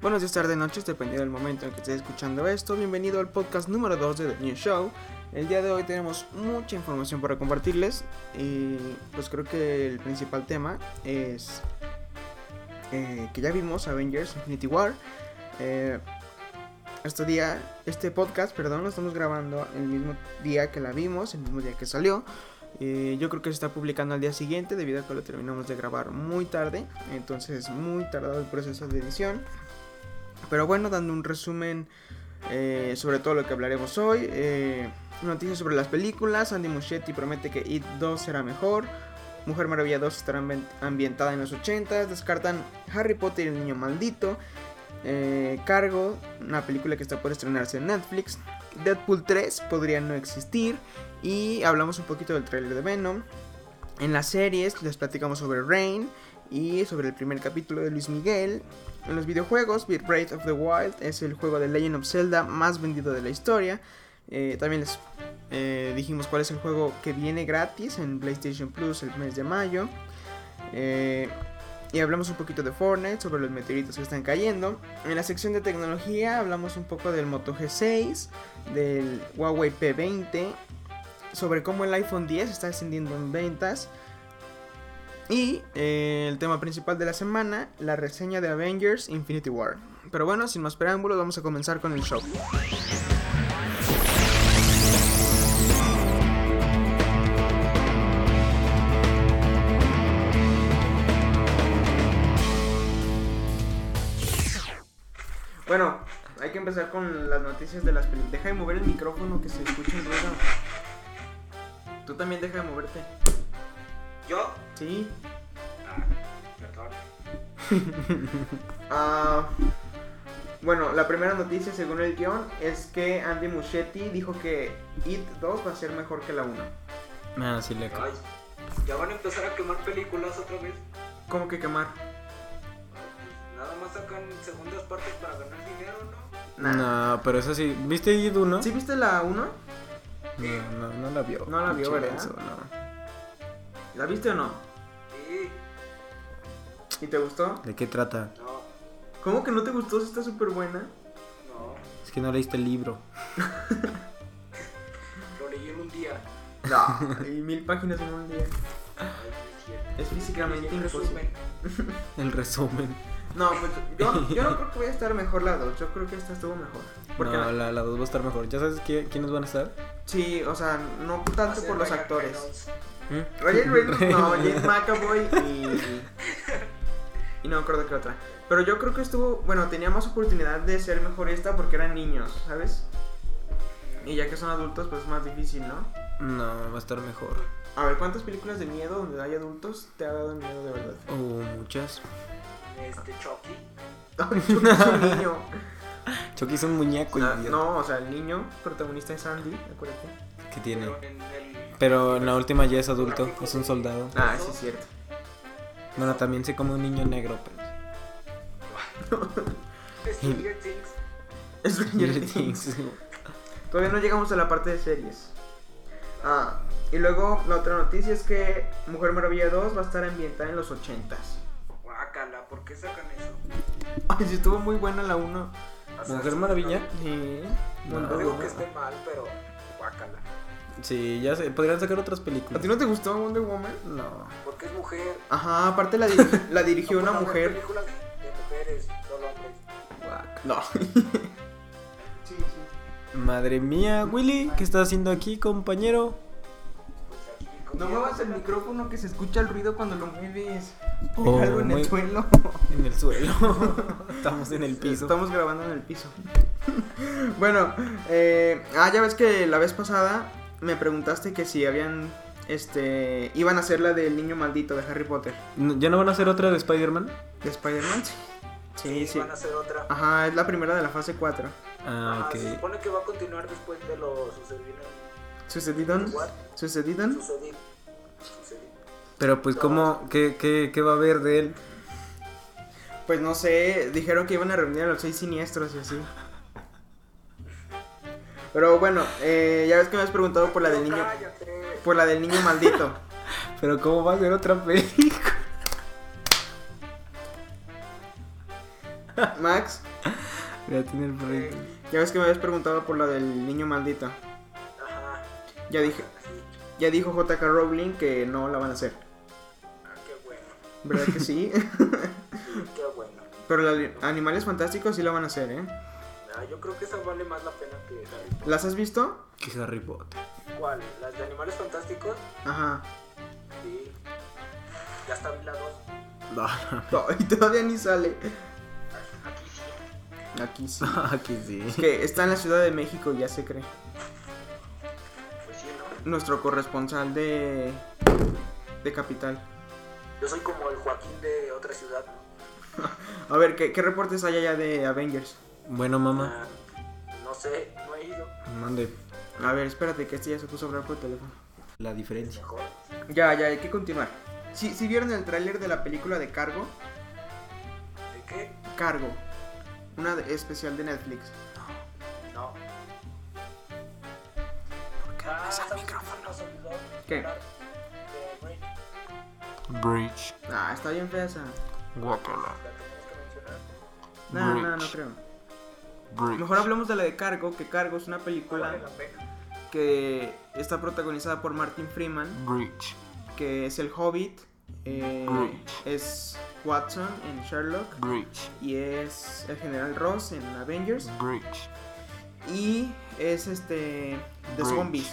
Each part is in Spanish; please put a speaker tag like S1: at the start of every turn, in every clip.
S1: Buenos días, tarde, noches, dependiendo del momento en que estés escuchando esto. Bienvenido al podcast número 2 de The New Show. El día de hoy tenemos mucha información para compartirles y pues creo que el principal tema es eh, que ya vimos Avengers Infinity War. Eh, este día, este podcast, perdón, lo estamos grabando el mismo día que la vimos, el mismo día que salió. Eh, yo creo que se está publicando al día siguiente debido a que lo terminamos de grabar muy tarde, entonces muy tardado el proceso de edición. Pero bueno, dando un resumen eh, sobre todo lo que hablaremos hoy. eh, noticias sobre las películas. Andy Muschietti promete que It 2 será mejor. Mujer Maravilla 2 estará ambi- ambientada en los 80. Descartan Harry Potter y el Niño Maldito. eh, Cargo, una película que está por estrenarse en Netflix. Deadpool 3 podría no existir. Y hablamos un poquito del tráiler de Venom. En las series les platicamos sobre Rain y sobre el primer capítulo de Luis Miguel. En los videojuegos, Beat Breath of the Wild es el juego de Legend of Zelda más vendido de la historia. Eh, también les eh, dijimos cuál es el juego que viene gratis en PlayStation Plus el mes de mayo. Eh, y hablamos un poquito de Fortnite, sobre los meteoritos que están cayendo. En la sección de tecnología hablamos un poco del Moto G6, del Huawei P20, sobre cómo el iPhone 10 está ascendiendo en ventas. Y eh, el tema principal de la semana, la reseña de Avengers Infinity War. Pero bueno, sin más preámbulos, vamos a comenzar con el show. Bueno, hay que empezar con las noticias de las películas. Deja de mover el micrófono que se escucha el ruido. Tú también deja de moverte.
S2: Yo,
S1: Sí.
S2: perdón.
S1: Ah, bueno, la primera noticia, según el guión, es que Andy Muschietti dijo que It 2 va a ser mejor que la 1.
S3: Ah, sí, le
S2: Ay, ya van a empezar a quemar películas otra vez.
S1: ¿Cómo que quemar?
S2: Nada más sacan segundas partes para ganar dinero, ¿no?
S1: Nah.
S3: No, pero eso sí. ¿Viste Id 1?
S1: ¿Sí viste la 1?
S3: No, no, no la vio.
S1: No la vio,
S3: Pinche
S1: ¿verdad?
S3: menso, no.
S1: ¿La viste o no?
S2: Sí,
S1: ¿Y te gustó?
S3: ¿De qué trata?
S2: no,
S1: ¿Cómo que no te gustó? Si está súper buena.
S2: no.
S3: Es que no leíste el libro.
S2: Lo leí en un día.
S1: No. y mil páginas en un día.
S2: Ay, no es cierto.
S1: Es físicamente
S2: Y en
S1: imposible.
S2: resumen,
S3: El resumen.
S1: No, pues yo, yo no creo que voy a estar mejor la 2. Yo creo que esta estuvo mejor. Porque
S3: no,
S1: la-
S3: la, la 2 va a estar mejor. ¿Ya sabes qué- quiénes van a estar?
S1: Sí, o sea, no tanto
S2: hacer
S1: por los
S2: Ryan
S1: actores.
S2: Reynolds.
S3: ¿Mm?
S1: Ryan Reynolds, ¿Eh? no,
S3: Reynolds.
S1: James McAvoy y. Y no me acuerdo qué otra. Pero yo creo que estuvo. Bueno, tenía más oportunidad de ser mejor esta porque eran niños, ¿sabes? Y ya que son adultos, pues es más difícil, ¿no?
S3: No, va a estar mejor.
S1: A ver, ¿cuántas películas de miedo donde hay adultos te ha dado miedo de verdad?
S3: O Oh, muchas.
S2: Este Chucky.
S1: Chucky es un niño.
S3: Chucky es un muñeco,
S1: Ah,
S3: idiota.
S1: no, o sea, el niño protagonista es Andy, acuérdate.
S3: ¿Qué tiene?
S2: Pero en el-
S3: Pero en la última ya es adulto. Es un soldado.
S1: Ah, sí, es cierto.
S3: Bueno, también se come un niño negro, pues. pero.
S2: Stranger Things.
S1: Es Stranger Things. Todavía no llegamos a la parte de series. Ah, y luego la otra noticia es que Mujer Maravilla 2 va a estar ambientada en los 80s.
S2: Guácala, ¿por qué sacan eso?
S1: Ay, sí, estuvo muy buena la 1.
S2: O sea,
S3: ¿Mujer
S2: sí,
S3: Maravilla?
S1: Sí.
S3: No.
S2: No, no digo que
S1: este-
S2: esté mal, pero guácala.
S3: Sí, ya sé. Podrían sacar otras
S1: ¿A
S3: películas.
S1: ti no te gustó Wonder Woman?
S3: No.
S2: Porque es mujer.
S1: Ajá, aparte la, diri- la dirigió
S2: No
S1: una
S2: puede haber
S1: mujer.
S2: películas de mujeres, solo hombres.
S1: No.
S3: Madre mía, Willy, ¿qué estás haciendo aquí, compañero?
S2: Pues aquí,
S1: No
S2: como-
S1: muevas el micrófono que se escucha el ruido cuando lo mueves.
S3: Oh,
S1: Deja algo en
S3: muy-
S1: el suelo.
S3: En el suelo. Estamos en el piso.
S1: Estamos grabando en el piso. bueno, eh, ah, ya ves que la vez pasada me preguntaste que si habían, este, iban a hacer la del niño maldito de Harry Potter,
S3: No, ¿Ya no van a hacer otra de Spider-Man?
S1: de Spider-Man. Sí, Ah,
S2: Sí, van a hacer otra.
S1: Ajá, es la primera de la fase 4.
S3: Ah,
S2: Ah, Se
S3: ok.
S2: supone que va a continuar después de lo sucedido en
S1: ¿Sucedidon?
S2: What?
S1: ¿Sucedidon?
S2: sucedido. Sucedido.
S3: Pero pues, ¿cómo? ¿Qué, qué, qué va a haber de él?
S1: Pues no sé, dijeron que iban a reunir a los seis siniestros y así. Pero bueno, eh, ya ves que me has preguntado por la del niño,
S2: Cállate.
S1: por la del niño maldito.
S3: ¿Pero cómo va a ser otra película?
S1: Max,
S3: Voy a tener perrito.
S1: ya ves que me habías preguntado por la del niño maldito.
S2: Ajá. Ah,
S1: Ya dije,
S2: Así.
S1: ya dijo JK Rowling que no la van a hacer.
S2: Ah, qué bueno.
S1: ¿Verdad que sí?
S2: Sí, qué bueno.
S1: Pero la de Animales Fantásticos sí la van a hacer, ¿eh?
S2: Ah, yo creo que esa vale más la pena que Harry Potter.
S1: ¿Las has visto?
S3: Que Harry Potter.
S2: ¿Cuál? ¿Las de animales fantásticos?
S1: Ajá.
S2: Sí. Ya está la dos.
S3: No, no,
S1: To- Y todavía ni sale.
S2: Aquí sí.
S1: Aquí sí.
S3: no, aquí sí.
S1: Es que está en la Ciudad de México, ya se cree.
S2: Pues sí, ¿no?
S1: Nuestro corresponsal de. de Capital.
S2: Yo soy como el Joaquín de otra ciudad, ¿no?
S1: A ver, ¿qué, qué reportes hay allá de Avengers?
S3: Bueno, mamá,
S2: Ah, no sé, no he ido.
S3: mande
S1: A ver, espérate, que este ya se puso a hablar por teléfono.
S3: la diferencia.
S2: Mejor.
S1: Ya, ya, hay que continuar. Si, si vieron el tráiler de la película de Cargo,
S2: ¿De qué?
S1: Cargo, una de- especial de Netflix.
S2: No. ¿Por qué hablas al micrófono?
S1: ¿Qué?
S2: Eh, De Break, la
S3: Bridge.
S1: Ah, está bien fea esa.
S3: Guacala.
S2: tenemos que mencionar.
S1: No, no, no creo. Mejor hablemos de la de Cargo, que Cargo es una
S2: No vale
S1: película
S2: la pena.
S1: que está protagonizada por Martin Freeman,
S3: Bridge.
S1: que es el Hobbit, eh,
S3: Groot.
S1: es Watson en Sherlock
S3: Bridge.
S1: y es el General Ross en Avengers
S3: Bridge.
S1: y es este de
S3: Groot.
S1: zombies.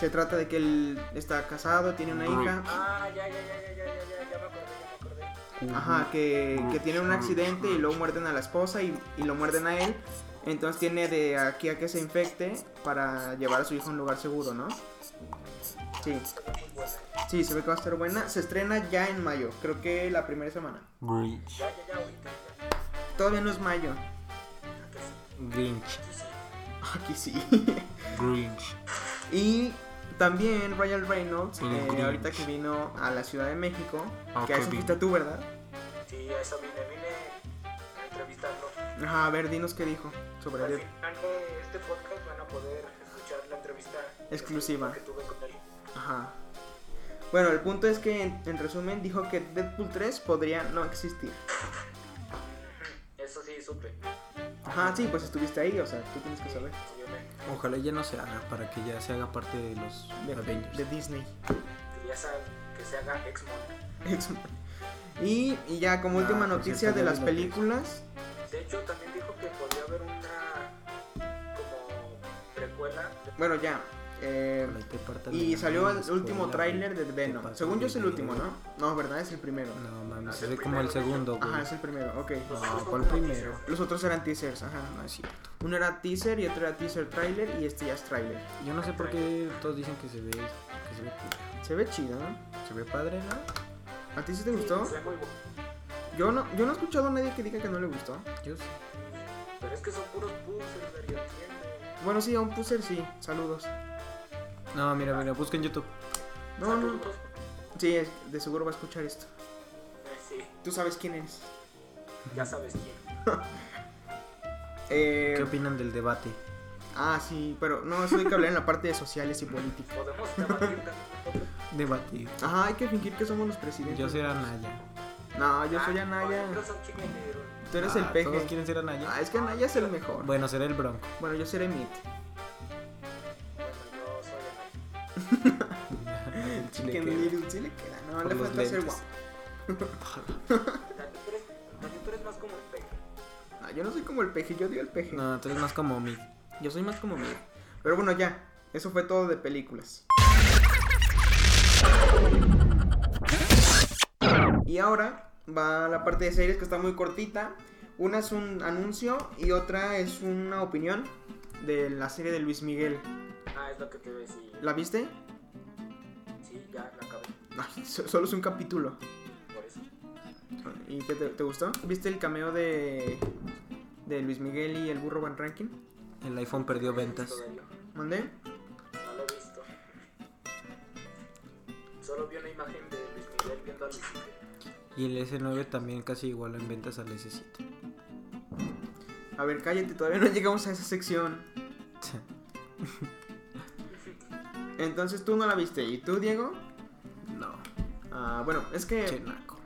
S1: Se trata de que él está casado, tiene una
S3: Groot.
S1: hija.
S2: Ah, ya, ya, ya, ya, ya, ya, ya, ya me acordé, ya me acordé.
S1: Ajá, que, que tiene un
S3: Ujú.
S1: accidente y luego muerden a la esposa y, y lo muerden a él. Entonces tiene de aquí a que se infecte para llevar a su hijo a un lugar seguro, ¿no? Sí. Sí, se ve que va a estar buena. Se estrena ya en mayo, creo que la primera semana.
S3: Bridge.
S2: Ya, ya, ya, ahorita, ya.
S1: Todavía no es mayo.
S2: Que sí, sí, sí.
S3: Grinch.
S1: Aquí sí.
S3: Grinch.
S1: y también Ryan Reynolds,
S3: El
S1: eh,
S3: Grinch.
S1: ahorita que vino a la Ciudad de México,
S3: Ah,
S1: que a
S3: qué
S1: eso
S3: bien.
S1: fuiste tú, ¿verdad?
S2: Sí, a eso vine, vine a entrevistarlo.
S1: Ajá, a ver, dinos qué dijo sobre
S2: Al
S1: él.
S2: final de este podcast van a poder escuchar la entrevista
S1: Exclusiva.
S2: que tuve con él.
S1: Ajá. Bueno, el punto es que en, en resumen dijo que Deadpool 3 podría no existir.
S2: Eso sí, supe.
S1: Ajá, sí, pues estuviste ahí, o sea, tú tienes que saber.
S2: Obviamente.
S3: Ojalá ya no se haga para que ya se haga parte de los
S1: De,
S3: Avengers.
S1: de Disney.
S2: Que ya saben que se haga X-Mon.
S1: Eso. y, y ya como
S3: Ah,
S1: última
S3: por
S1: noticia
S3: cierto,
S1: de
S3: ya
S1: las
S3: vi lo que
S1: películas,
S2: De hecho, también dijo que podría haber una como precuela.
S1: bueno, ya. eh,
S3: Ojalá te partan
S1: y
S3: la
S1: salió
S3: madre
S1: el
S3: después
S1: último
S3: la-
S1: tráiler de
S3: te
S1: Venom.
S3: partan
S1: Según yo es el
S3: la-
S1: último, ¿no? No, ¿verdad? Es el primero.
S3: No
S2: Ah,
S3: mames,
S2: es
S3: es
S2: el
S3: como el
S2: primero, ¿no?
S3: segundo, güey.
S1: Ajá, es el primero, ok.
S3: No,
S2: Los otros
S3: ¿cuál
S2: son como
S3: primero?
S2: teasers.
S1: Los otros eran teasers, ajá.
S3: No es cierto.
S1: Uno era teaser y otro era teaser trailer y este ya es trailer.
S3: Yo no sé por qué todos dicen que se ve que se ve cool.
S1: Se ve chido, ¿no?
S3: Se ve padre, ¿no?
S1: ¿A ti sí te gustó?
S2: Sí, fue muy bueno.
S1: Yo no, yo no he escuchado a nadie que diga que no le gustó.
S3: Yo sí.
S2: Pero es que son puros puzzles, Darío, entiende.
S1: Bueno, sí, a un puser sí. Saludos.
S3: No, mira, mira, busca en YouTube.
S1: No, no.
S2: Saludos.
S1: Sí, es- de seguro va a escuchar esto.
S2: Eh, sí,
S1: Tú sabes quién eres.
S2: ya sabes quién.
S1: Eh,
S3: ¿Qué opinan del debate?
S1: ah, sí, pero no, eso hay que hablar en la parte de sociales y política.
S2: Podemos debatir también un poco.
S3: Debate.
S1: Ajá, hay que fingir que somos los presidentes.
S3: Yo soy Anaya.
S1: No, yo soy
S2: Ah,
S1: Anaya.
S2: nosotros son chingoneros.
S1: Tú eres
S3: Ah,
S1: el peje.
S3: ¿Todos quieren ser Anaya?
S1: Ah, es que Anaya es el mejor.
S3: Bueno, será el Bronco.
S1: Bueno, yo seré Mit.
S2: Bueno, yo soy Ana.
S3: El chile
S1: Que
S3: que-
S1: Little sí le queda. No,
S3: Por
S1: le
S3: los
S1: falta ser
S3: lentes.
S1: guapo.
S2: Dani, tú eres, Dani, tú eres más como el peje.
S1: No, yo no soy como el peje, yo odio el peje.
S3: No, tú eres más como mi.
S1: Yo soy más como Mit. Pero bueno, ya. Eso fue todo de películas. Y ahora va la parte de series que está muy cortita. Una es un anuncio y otra es una opinión de la serie de Luis Miguel.
S2: Ah, es lo que te iba a decir.
S1: ¿La viste?
S2: Sí, ya la acabé.
S1: Ay, so- solo es un capítulo.
S2: Por eso.
S1: ¿Y qué te, te gustó? ¿Viste el cameo de, de Luis Miguel y el burro Van Ranking?
S3: El iPhone perdió ventas.
S2: Todavía.
S1: ¿Mandé?
S2: No lo he visto. Solo vi una imagen de Luis Miguel viendo a Luis Miguel.
S3: Y el S9 también casi igual en ventas al S7.
S1: A ver, cállate, todavía no llegamos a esa sección. Entonces tú no la viste. ¿Y tú, Diego?
S3: No,
S1: Ah, bueno, es que
S3: chenaco.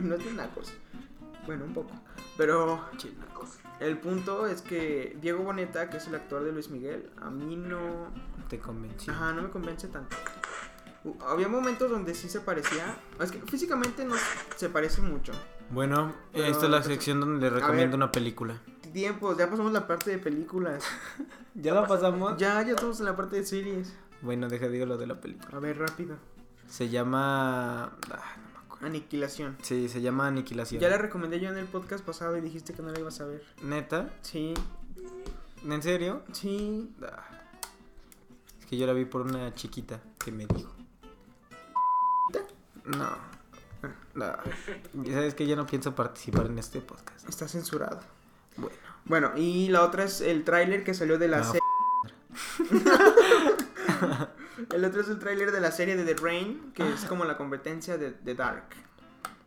S1: no, no es de nacos. Bueno, un poco. Pero
S3: Chinacos.
S1: el punto es que Diego Boneta, que es el actor de Luis Miguel, a mí no.
S3: Te convencí.
S1: Ajá, no me convence tanto. U- Había momentos donde sí se parecía. Es que físicamente no se parece mucho.
S3: Bueno,
S1: Pero-
S3: esta es la sección donde le
S1: ver.
S3: recomiendo una película.
S1: Tiempos, ya pasamos la parte de películas.
S3: ¿Ya la pasamos?
S1: Ya, ya estamos en la parte de series.
S3: Bueno, deja digo lo de la película.
S1: A ver, rápido.
S3: Se llama. ah, no me acuerdo.
S1: Aniquilación.
S3: Sí, se llama Aniquilación.
S1: Ya la recomendé yo en el podcast pasado y dijiste que no la ibas a ver.
S3: Neta,
S1: Sí,
S3: ¿en serio?
S1: sí.
S3: Ah. Es que yo la vi por una chiquita que me dijo. No. No. Ya sabes que ya no pienso participar en este podcast.
S1: Está censurado.
S3: Bueno.
S1: Bueno, y la otra es el tráiler que salió de la
S3: Ah,
S1: serie. el otro es el tráiler de la serie de The Rain, que es como la competencia de The Dark.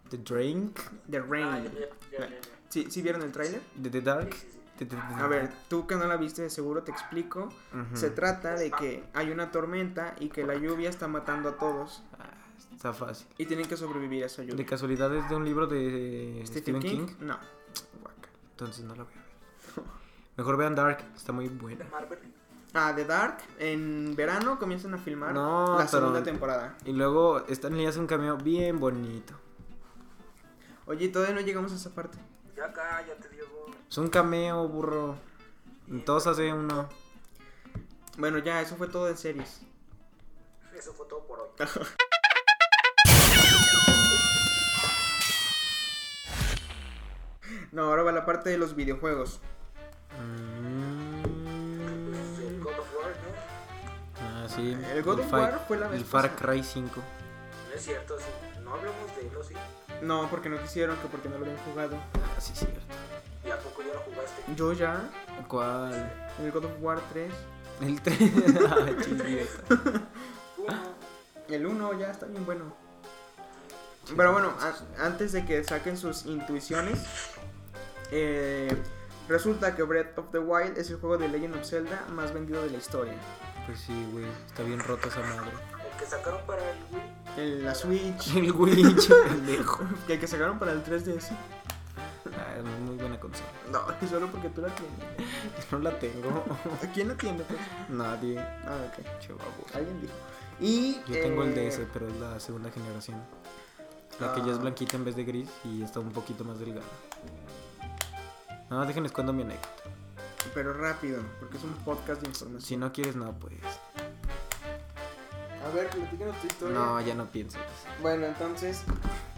S3: The Drink.
S1: The
S2: Ah,
S1: Rain.
S2: ya, ya, ya, ya, ya.
S1: ¿Sí, sí vieron el tráiler?
S3: The, The Dark.
S2: Sí, sí, sí.
S3: The- The- The-
S1: A ver, tú que no la viste de seguro te explico.
S3: Ujú.
S1: Se trata de que hay una tormenta y que la lluvia está matando a todos
S3: Ah, está fácil.
S1: y tienen que sobrevivir a esa
S3: ¿De
S1: lluvia.
S3: casualidad es de un libro de
S1: Stephen King? No.
S3: Guácala. Entonces no lo voy a ver. Mejor vean Dark, está muy buena.
S2: Marvel.
S1: Ah, The Dark en verano comienzan a filmar
S3: No,
S1: la
S3: pero-
S1: segunda temporada.
S3: Y luego Stan Lee hace un cameo bien bonito.
S1: Oye, todavía no llegamos a esa parte.
S2: Ya acá, ya te digo.
S3: Es un cameo, burro. Todos hace uno.
S1: Bueno, ya, eso fue todo en series.
S2: Eso fue todo por hoy.
S1: No, ahora va la parte de los videojuegos.
S2: Pues el
S3: Mm.
S2: God of War, ¿no?
S3: Ah, sí.
S1: El God of
S3: Fi-
S1: War fue la vez
S3: El Far
S1: pasada.
S3: Cry 5.
S2: No es cierto, sí. No hablamos de ello, sí.
S1: No, porque no quisieron, que porque no lo habían jugado.
S3: Ah, sí, cierto.
S2: ¿Y a poco ya lo jugaste?
S1: Yo ya,
S3: ¿Cuál?
S1: el God of War 3,
S3: El 3.
S1: Ah,
S3: Ay, chiquita.
S2: Uno.
S1: el 1 ya está bien bueno. Pero bueno, a- antes de que saquen sus intuiciones, eh, resulta que Breath of the Wild es el juego de Legend of Zelda más vendido de la historia.
S3: Pues sí, güey. Está bien rota esa madre.
S2: El que sacaron para el Wii.
S1: El, la Switch,
S3: El güey, che, pendejo.
S1: que el que sacaron para el 3DS.
S3: Ah, muy buena consola.
S1: No, solo porque tú la tienes.
S3: No la tengo.
S1: ¿Quién la tiene? pues?
S3: Nadie.
S1: Ah, ok.
S3: Che, babo.
S1: Alguien dijo. Y,
S3: Yo tengo el
S1: eh,
S3: DS, pero es la segunda generación. La que ya es
S1: Ah.
S3: blanquita en vez de gris y está un poquito más delgada. Nada más déjenles cuando mi anécdota.
S1: Pero rápido, porque es un podcast de información.
S3: Si no quieres, no, pues.
S1: A ver, platícanos tu historia.
S3: No, ya no pienses.
S1: Bueno, entonces,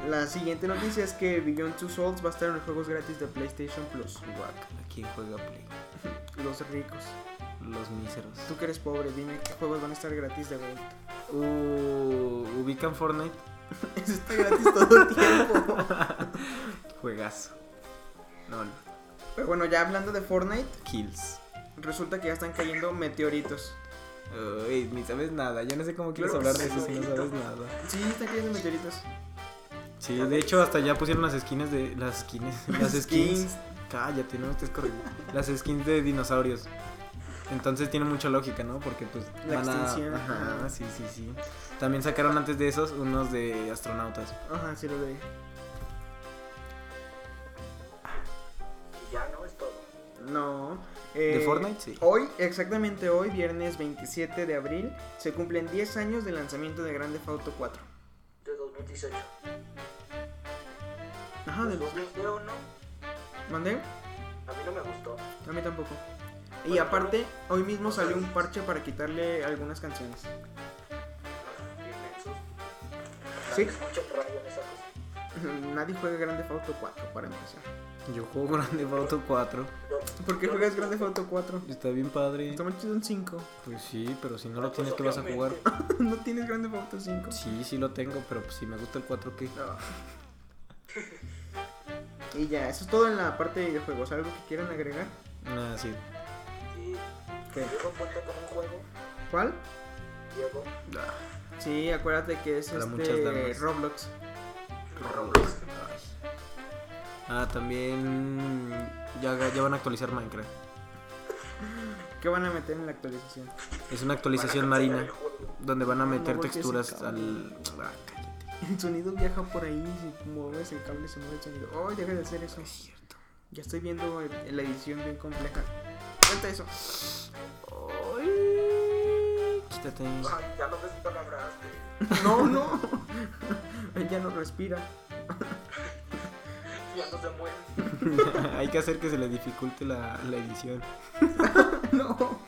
S1: la siguiente noticia es que Beyond Two Souls va a estar en los juegos gratis de PlayStation Plus.
S3: Guácala, ¿quién juega Play?
S1: Los ricos.
S3: Los míseros.
S1: Tú que eres pobre, dime qué juegos van a estar gratis de vuelta.
S3: Uh, ¿Ubican Fortnite?
S1: Eso está gratis todo el tiempo.
S3: Juegazo. No, no.
S1: Pero bueno, ya hablando de Fortnite,
S3: Kills.
S1: resulta que ya están cayendo meteoritos.
S3: Uy, ni sabes nada. Yo no sé cómo quieres
S1: Claro que
S3: hablar de
S1: sí,
S3: eso si no sabes
S2: bonito.
S3: nada.
S1: Sí, están cayendo meteoritos.
S3: Sí, de hecho hasta ya pusieron las skins de las skins, las skins. Cállate, no me estés corriendo. Las skins de dinosaurios. Entonces tiene mucha lógica, ¿no? Porque pues
S1: La
S3: van a-
S1: extinción, ajá.
S3: Ajá, sí, sí, sí. También sacaron antes de esos unos de astronautas.
S1: Ajá, sí lo doy.
S2: Y ya no es todo.
S1: No.
S3: ¿De
S1: eh,
S3: Fortnite? Sí.
S1: Hoy, exactamente hoy, viernes 27 de abril, se cumplen 10 años del lanzamiento de Grande Auto 4.
S2: De 2018.
S1: Ajá, de los...
S2: Yo no.
S1: ¿Mandé?
S2: A mí no me gustó.
S1: A mí tampoco. Y
S2: Bueno,
S1: aparte, hoy mismo salió un parche para quitarle algunas canciones.
S2: Inmensos.
S1: Sí.
S2: Escucho radio en esa cosa.
S1: Nadie juega Grande Auto 4 para empezar.
S3: Yo juego Grande Theft Auto 4.
S2: Yo-
S1: ¿Por qué
S2: yo-
S1: juegas Grande Auto 4?
S3: Está bien padre.
S1: Está más chido un 5.
S3: Pues sí, pero si no lo
S2: pues,
S3: tienes, ¿qué vas a jugar?
S1: no tienes Grande Auto 5.
S3: Sí, sí lo tengo, pero pues, si me gusta el 4, ¿qué?
S1: No. y ya, eso es todo en la parte de videojuegos. ¿Algo que quieran agregar?
S3: Ah, sí.
S2: Sí.
S1: ¿Qué?
S2: Diego cuenta con un juego.
S1: ¿Cuál?
S2: Diego.
S1: Sí, acuérdate que es
S3: Para muchas
S1: este
S3: damas.
S1: Roblox.
S2: Roblox.
S3: Ah, también ya, ya van a actualizar Minecraft.
S1: ¿Qué van a meter en la actualización?
S3: Es una actualización
S2: Van a cancelar
S3: marina
S2: el juego.
S3: donde van a
S1: No,
S3: meter
S1: porque
S3: texturas
S1: se
S3: al. Ah, cállate.
S1: El sonido viaja por ahí y si mueves el cable se mueve el sonido. ¡Ay, deja de hacer eso!
S3: Es cierto.
S1: Ya estoy viendo el- la edición bien compleja. Cuenta eso.
S3: Quítate.
S2: Ay, ya no ves palabras.
S1: No, no. ya no respira.
S2: Ya no se mueve.
S3: Hay que hacer que se le dificulte la, la edición.
S1: No.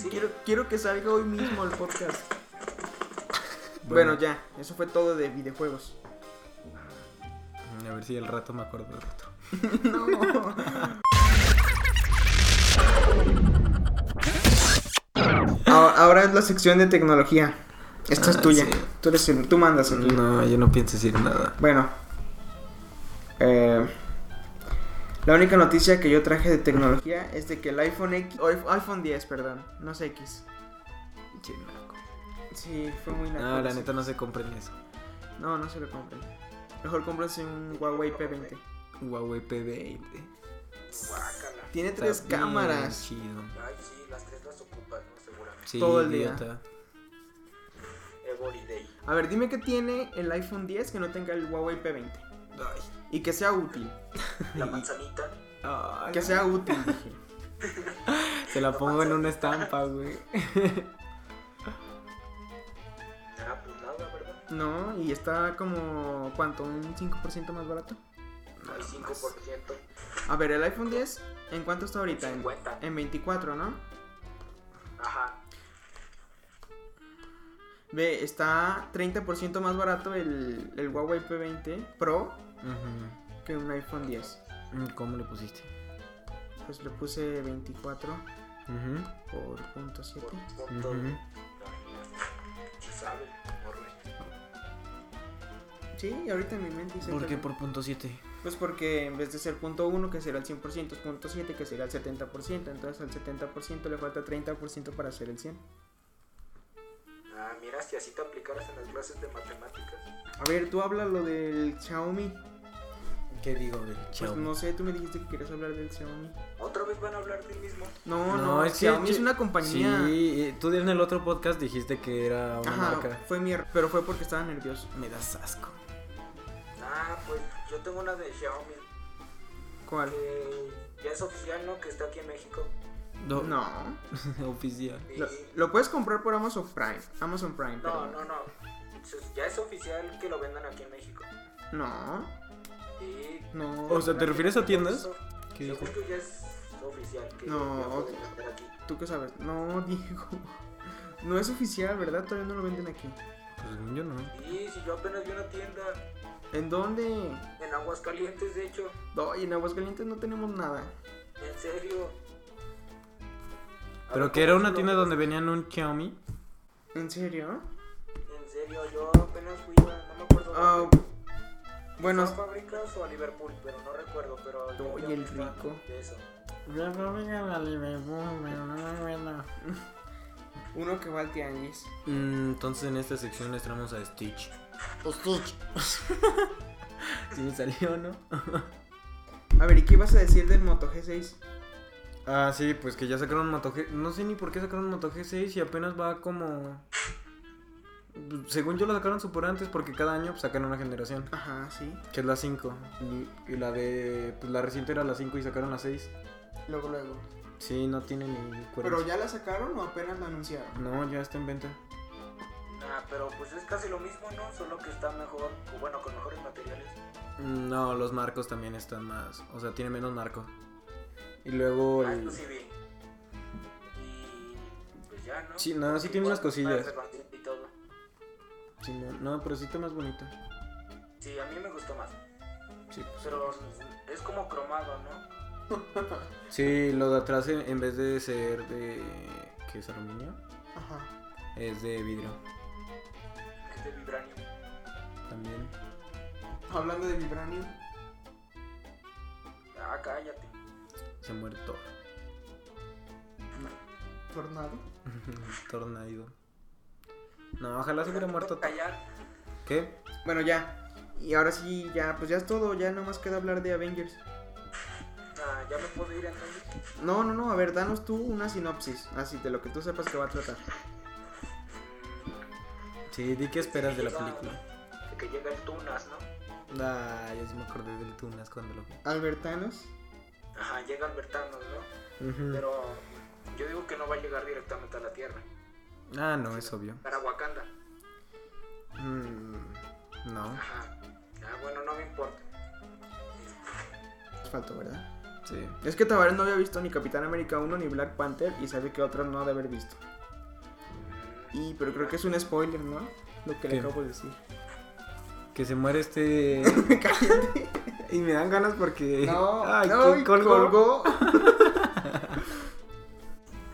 S2: Sí.
S1: Quiero, quiero que salga hoy mismo el podcast. Bueno,
S3: Bueno.
S1: ya. Eso fue todo de videojuegos.
S3: mm, A ver si el rato me acuerdo del otro.
S1: No. Ahora, ahora es la sección de tecnología. Esta es
S3: Ah,
S1: tuya.
S3: sí.
S1: Tú, eres el- tú mandas aquí.
S3: No, yo no pienso decir nada.
S1: Bueno. Eh, la única noticia que yo traje de tecnología es de que el iPhone X, o iPh- iPhone 10, perdón, no sé X. Sí, fue muy naco
S3: No, la
S1: eso.
S3: neta no se compren eso.
S1: No, no se lo compren. Mejor cómprense un Huawei P20.
S3: Huawei P20.
S2: Guácala.
S1: Tiene
S3: Está
S1: tres
S3: bien
S1: cámaras.
S3: Chido.
S2: Ay, sí, las tres las ocupas, ¿no? Seguramente.
S3: Sí,
S1: Todo el día.
S3: idiota.
S2: Every day.
S1: A ver, dime qué tiene el iPhone 10 que no tenga el Huawei P20.
S3: Ay.
S1: Y que sea útil.
S2: La manzanita.
S3: Ay,
S1: Que sea útil, dije.
S3: Se la pongo en una estampa, güey.
S2: Ah, pues nada, ¿verdad?
S1: No, y está como, ¿cuánto? ¿Un 5% más barato?
S2: Hay 5%.
S1: A ver, el iPhone 10, ¿en cuánto está ahorita? En,
S2: 50.
S1: en 24, ¿no?
S2: Ajá.
S1: Ve, está 30% más barato el, el Huawei P20 Pro
S3: Ujú.
S1: que un iPhone 10.
S3: ¿Cómo le pusiste?
S1: Pues le puse 24
S3: Ujú.
S1: por punto
S2: Por
S1: 7.
S2: punto.
S3: Ujú.
S2: Se sabe. morre.
S1: Sí, ahorita en mi mente dice
S3: ¿Por
S1: que-
S3: qué por punto 7?
S1: Pues porque en vez de ser punto 1 que será el 100%, es punto 7 que será el 70%, entonces al 70% le falta 30% para hacer el 100.
S2: Ah, mira, si así te aplicaras en las clases de matemáticas.
S1: A ver, tú habla lo del Xiaomi.
S3: ¿Qué digo del
S1: Pues no sé, tú me dijiste que querías hablar del Xiaomi.
S2: Otra vez van a hablar del mismo.
S1: No, no,
S3: No, es que-
S1: Xiaomi es una compañía.
S3: Sí, eh, tú en el otro podcast dijiste que era una
S1: Ajá,
S3: marca.
S1: fue mierda, pero fue porque estaba nervioso.
S3: Me das asco.
S2: Ah, pues yo tengo una de Xiaomi.
S1: ¿Cuál?
S2: Que ya es oficial, ¿no? Que está aquí en México.
S3: No.
S1: No.
S3: Oficial.
S2: Y-
S1: Lo, lo puedes comprar por Amazon Prime. Amazon Prime,
S2: No,
S1: perdón.
S2: no, no. Se- Ya es oficial que lo vendan aquí en México.
S1: No,
S2: Y
S1: no.
S3: O sea, ¿te refieres a tiendas? ¿Qué dijo?
S2: Según yo ya es oficial que
S1: No,
S2: ya pueden
S1: ok.
S2: vender aquí.
S1: ¿Tú qué sabes? No, Diego. No es oficial, ¿verdad? Todavía no lo venden aquí.
S3: Pues según yo no.
S2: Y si yo apenas vi una tienda
S1: ¿En dónde?
S2: en Aguascalientes, de hecho,
S1: No, y en Aguascalientes no tenemos nada.
S2: en serio. A
S3: Pero
S2: ver,
S3: que era
S2: ¿cómo
S3: una
S2: lo
S3: tienda
S2: ves?
S3: donde venían un Xiaomi.
S1: ¿En serio?
S2: En serio, yo apenas fui, a- no me acuerdo.
S1: Ah,
S2: dónde.
S1: bueno,
S2: ¿A fábricas o a Liverpool? Pero no recuerdo, pero. yo
S1: Oye,
S2: vi
S1: el
S2: un fan
S1: rico.
S2: De eso.
S1: uno que va al tianguis.
S3: Mm, entonces en esta sección les traemos a Stitch. Pues, Stitch. Si me salió, ¿no?
S1: A ver, ¿y qué ibas a decir del Moto G6?
S3: Ah, sí, pues que ya sacaron Moto G. No sé ni por qué sacaron Moto G6 y apenas va como. Según yo la sacaron super antes porque cada año pues, sacan una generación.
S1: Ajá, sí.
S3: Que es la 5. Y, y la de. Pues la reciente era la 5 y sacaron la 6.
S1: Luego, luego.
S3: Sí, no tiene ni
S1: ¿Pero
S3: coherencia.
S1: ya la sacaron o apenas la anunciaron?
S3: No, ya está en venta.
S2: Nah, pero pues es casi lo mismo, ¿no? Solo que está mejor, o bueno, con mejores materiales.
S3: Mm, No, los marcos también están más. O sea, tiene menos marco. Y luego.
S2: Ah,
S3: el-
S2: esto sí vi. Y pues ya, ¿no?
S3: Sí, no, sí tiene unas cosillas.
S2: Y todo.
S3: sí, no, no, pero sí está más bonito.
S2: Sí, a mí me gustó más.
S3: Sí, pues.
S2: Pero es como cromado, ¿no?
S3: Sí, lo de atrás en en vez de ser de. ¿Qué es aluminio?
S1: Ajá.
S3: Es de vidrio
S2: Es de Este vibranium.
S3: también.
S1: Hablando de Vibranium.
S2: Ah, cállate.
S3: Se muere todo.
S1: Tornado.
S3: Tornado. No, ojalá se hubiera muerto todo.
S2: Callar.
S3: ¿Qué?
S1: Bueno, ya. Y ahora sí, ya, pues ya es todo. Ya nomás queda hablar de Avengers.
S2: Ah, ya me puedo ir entonces.
S1: No, no, no. A ver, danos tú una sinopsis. Así, de lo que tú sepas que va a tratar.
S2: Mm,
S3: Sí, di qué esperas de la
S2: Llega-
S3: película.
S2: Que llega el Tunas, ¿no?
S3: Ah, yo sí me acordé del Tunas cuando lo vi.
S1: Albertanos.
S2: Ajá, llega al vertarnos, ¿no?
S3: Ujú.
S2: Pero yo digo que no va a llegar directamente a la Tierra,
S3: Ah, no, es obvio.
S2: para Wakanda.
S3: Mm, no,
S2: Ajá. Ah, bueno, no me importa.
S1: Faltó, ¿verdad?
S3: sí.
S1: Es que Tavares no había visto ni Capitán América 1 ni Black Panther y sabe que otras no ha de haber visto. Y pero creo que es un spoiler, ¿no? Lo que le
S3: ¿Qué?
S1: acabo de decir.
S3: Que se muere este. y me dan ganas porque.
S1: No,
S3: Eh, Ay,
S1: no,
S3: ¿quién
S1: y
S3: colgó?
S1: colgó.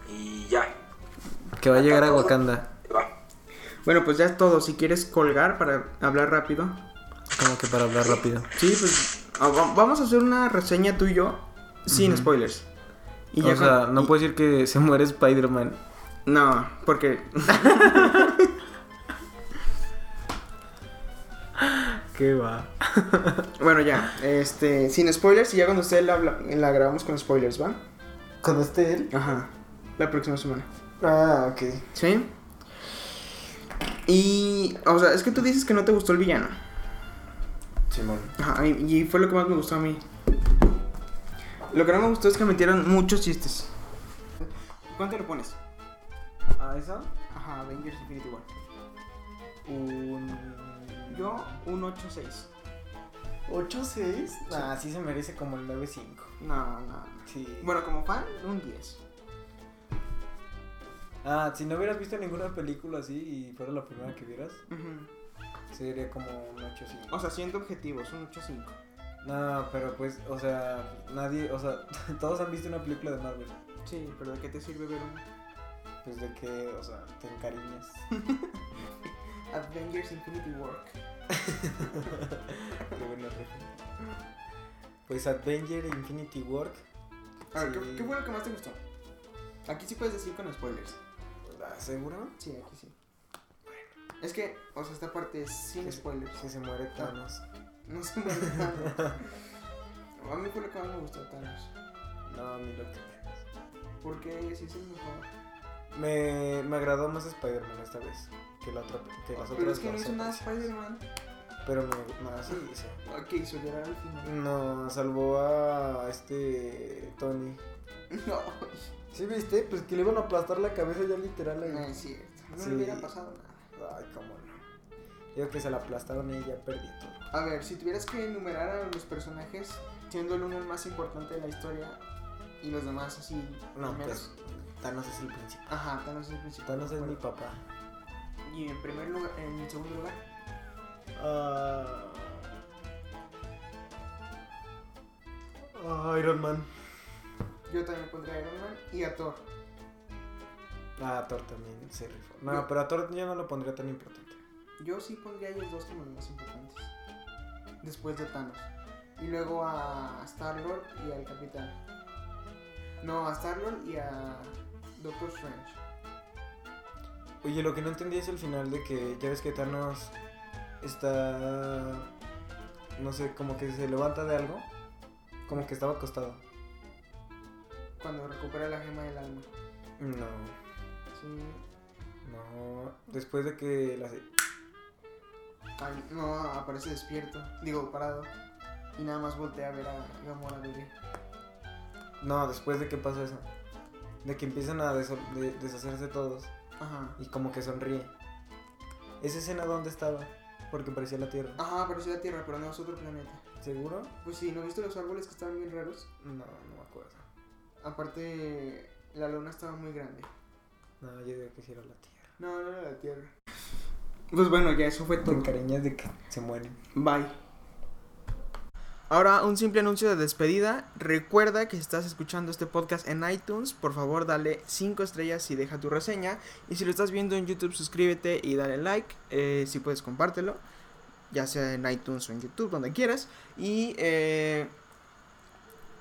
S2: Y ya,
S3: Que va a llegar a Wakanda.
S2: se va.
S1: Bueno, pues ya es todo. Si quieres colgar para hablar rápido.
S3: Como que para hablar rápido.
S1: Sí, pues ah, va- vamos a hacer una reseña tú y yo sin
S3: Ujú.
S1: spoilers. Y
S3: o
S1: ya con-
S3: sea, no
S1: y-
S3: puedo decir que se muere Spider-Man.
S1: No, porque
S3: ¿Qué va?
S1: bueno, ya, este sin spoilers y ya cuando usted la, habla- la grabamos con spoilers, ¿va?
S3: ¿Con este él?
S1: Ajá. La próxima semana.
S3: Ah, ok.
S1: ¿Sí? Y o sea, es que tú dices que no te gustó el villano.
S3: Simón.
S1: Ajá, y y fue lo que más me gustó a mí. Lo que no me gustó es que metieron muchos chistes. ¿Cuánto le pones?
S3: ¿A eso?
S1: Ajá, Avengers Infinity War.
S3: Un.
S1: Yo, un 8-6.
S3: ¿8-6?
S1: Ah,
S3: Nah, Ah, sí se merece como el 9-5.
S1: No, no.
S3: Sí.
S1: Bueno, como fan, un 10.
S3: Ah, si no hubieras visto ninguna película así y fuera la primera que vieras,
S1: Ujú.
S3: sería como un 8-5.
S1: O sea, siendo objetivos, un 8-5.
S3: No, pero pues, o sea, nadie, o sea, todos han visto una película de Marvel.
S1: Sí, pero ¿de qué te sirve ver un
S3: Pues de que, o sea, te encariñas.
S1: Avengers Infinity War?
S3: Qué buena referencia. Pues Avenger Infinity War.
S1: A ver, ¿qué-
S3: sí.
S1: ¿qué, fue lo Ah, que más te gustó? Aquí sí puedes decir con spoilers.
S3: Ah, ¿Seguro?
S1: Sí, aquí sí. Es que, o sea, esta parte es sin
S3: Es-
S1: spoilers.
S3: Que se muere Thanos.
S1: No se me olvida. A mí fue lo que más me gustó Thanos.
S3: No, a mí lo que menos.
S1: Porque sí es el mejor.
S3: Me, me agradó más Spider-Man esta vez que, la otra, que las otras
S1: Pero es que no
S3: dos
S1: hizo nada
S3: apariciones.
S1: Spider-Man.
S3: Pero me, no, sí, sí.
S1: Ah, Que hizo llorar al final.
S3: No, salvó a este Tony.
S1: No.
S3: ¿Sí viste? Pues que le iban a aplastar la cabeza ya literal ahí.
S1: No es cierto. No
S3: Sí.
S1: le hubiera pasado nada.
S3: Ay, cómo no. Digo que se la aplastaron y ya perdí todo.
S1: A ver, si tuvieras que enumerar a los personajes, siendo el uno el más importante de la historia y los demás así.
S3: No,
S1: primeros.
S3: pues Thanos es el principal.
S1: Ajá, Thanos es el principal.
S3: Thanos es
S1: Bueno,
S3: mi papá.
S1: Y en primer lugar, en segundo lugar,
S3: Ah, ah, Iron Man.
S1: yo también pondría a Iron Man y a Thor.
S3: Ah, Thor también se rifó. No,
S1: Yo-
S3: pero a Thor yo no lo pondría tan importante.
S1: Yo sí pondría a ellos dos como los más importantes. Después de Thanos. Y luego a Star-Lord y al Capitán. No, a Star-Lord y a Doctor Strange.
S3: Oye, lo que no entendí es el final de que ya ves que Thanos está. No sé, como que se levanta de algo. Como que estaba acostado.
S1: Cuando recupera la gema del alma.
S3: No.
S1: Sí.
S3: No, después de que la...
S1: Ay, no, aparece despierto, digo parado. Y nada más voltea a ver a Gamora bebé.
S3: No, después de que pasa eso. De que empiezan a deso- de- deshacerse todos
S1: Ajá.
S3: y como que sonríe. ¿Esa escena dónde estaba? Porque parecía la Tierra.
S1: Ajá, apareció la Tierra, pero no es otro planeta.
S3: ¿Seguro?
S1: Pues sí, ¿no viste los árboles que estaban bien raros?
S3: No, no me acuerdo.
S1: Aparte, la luna estaba muy grande.
S3: No, yo digo que sí era la Tierra.
S1: No, no era la Tierra. Pues bueno, ya eso fue
S3: Te encariñas de que se mueren.
S1: Bye. Ahora un simple anuncio de despedida. Recuerda que si estás escuchando este podcast en iTunes, por favor dale 5 estrellas y deja tu reseña. Y si lo estás viendo en YouTube, suscríbete y dale like. Eh, si puedes, compártelo. Ya sea en iTunes o en YouTube, donde quieras. Y eh,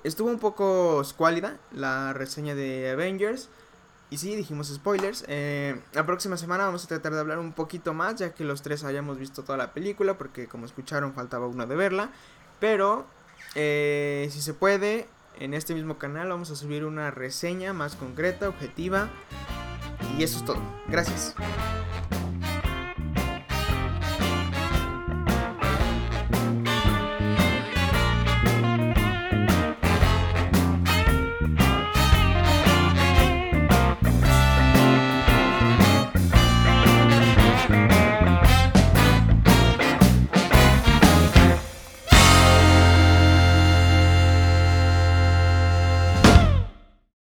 S1: estuvo un poco escuálida la reseña de Avengers. Y sí, dijimos spoilers. Eh, la próxima semana vamos a tratar de hablar un poquito más, ya que los tres habíamos visto toda la película, porque como escucharon faltaba uno de verla. Pero, eh, si se puede, en este mismo canal vamos a subir una reseña más concreta, objetiva. Y eso es todo. Gracias.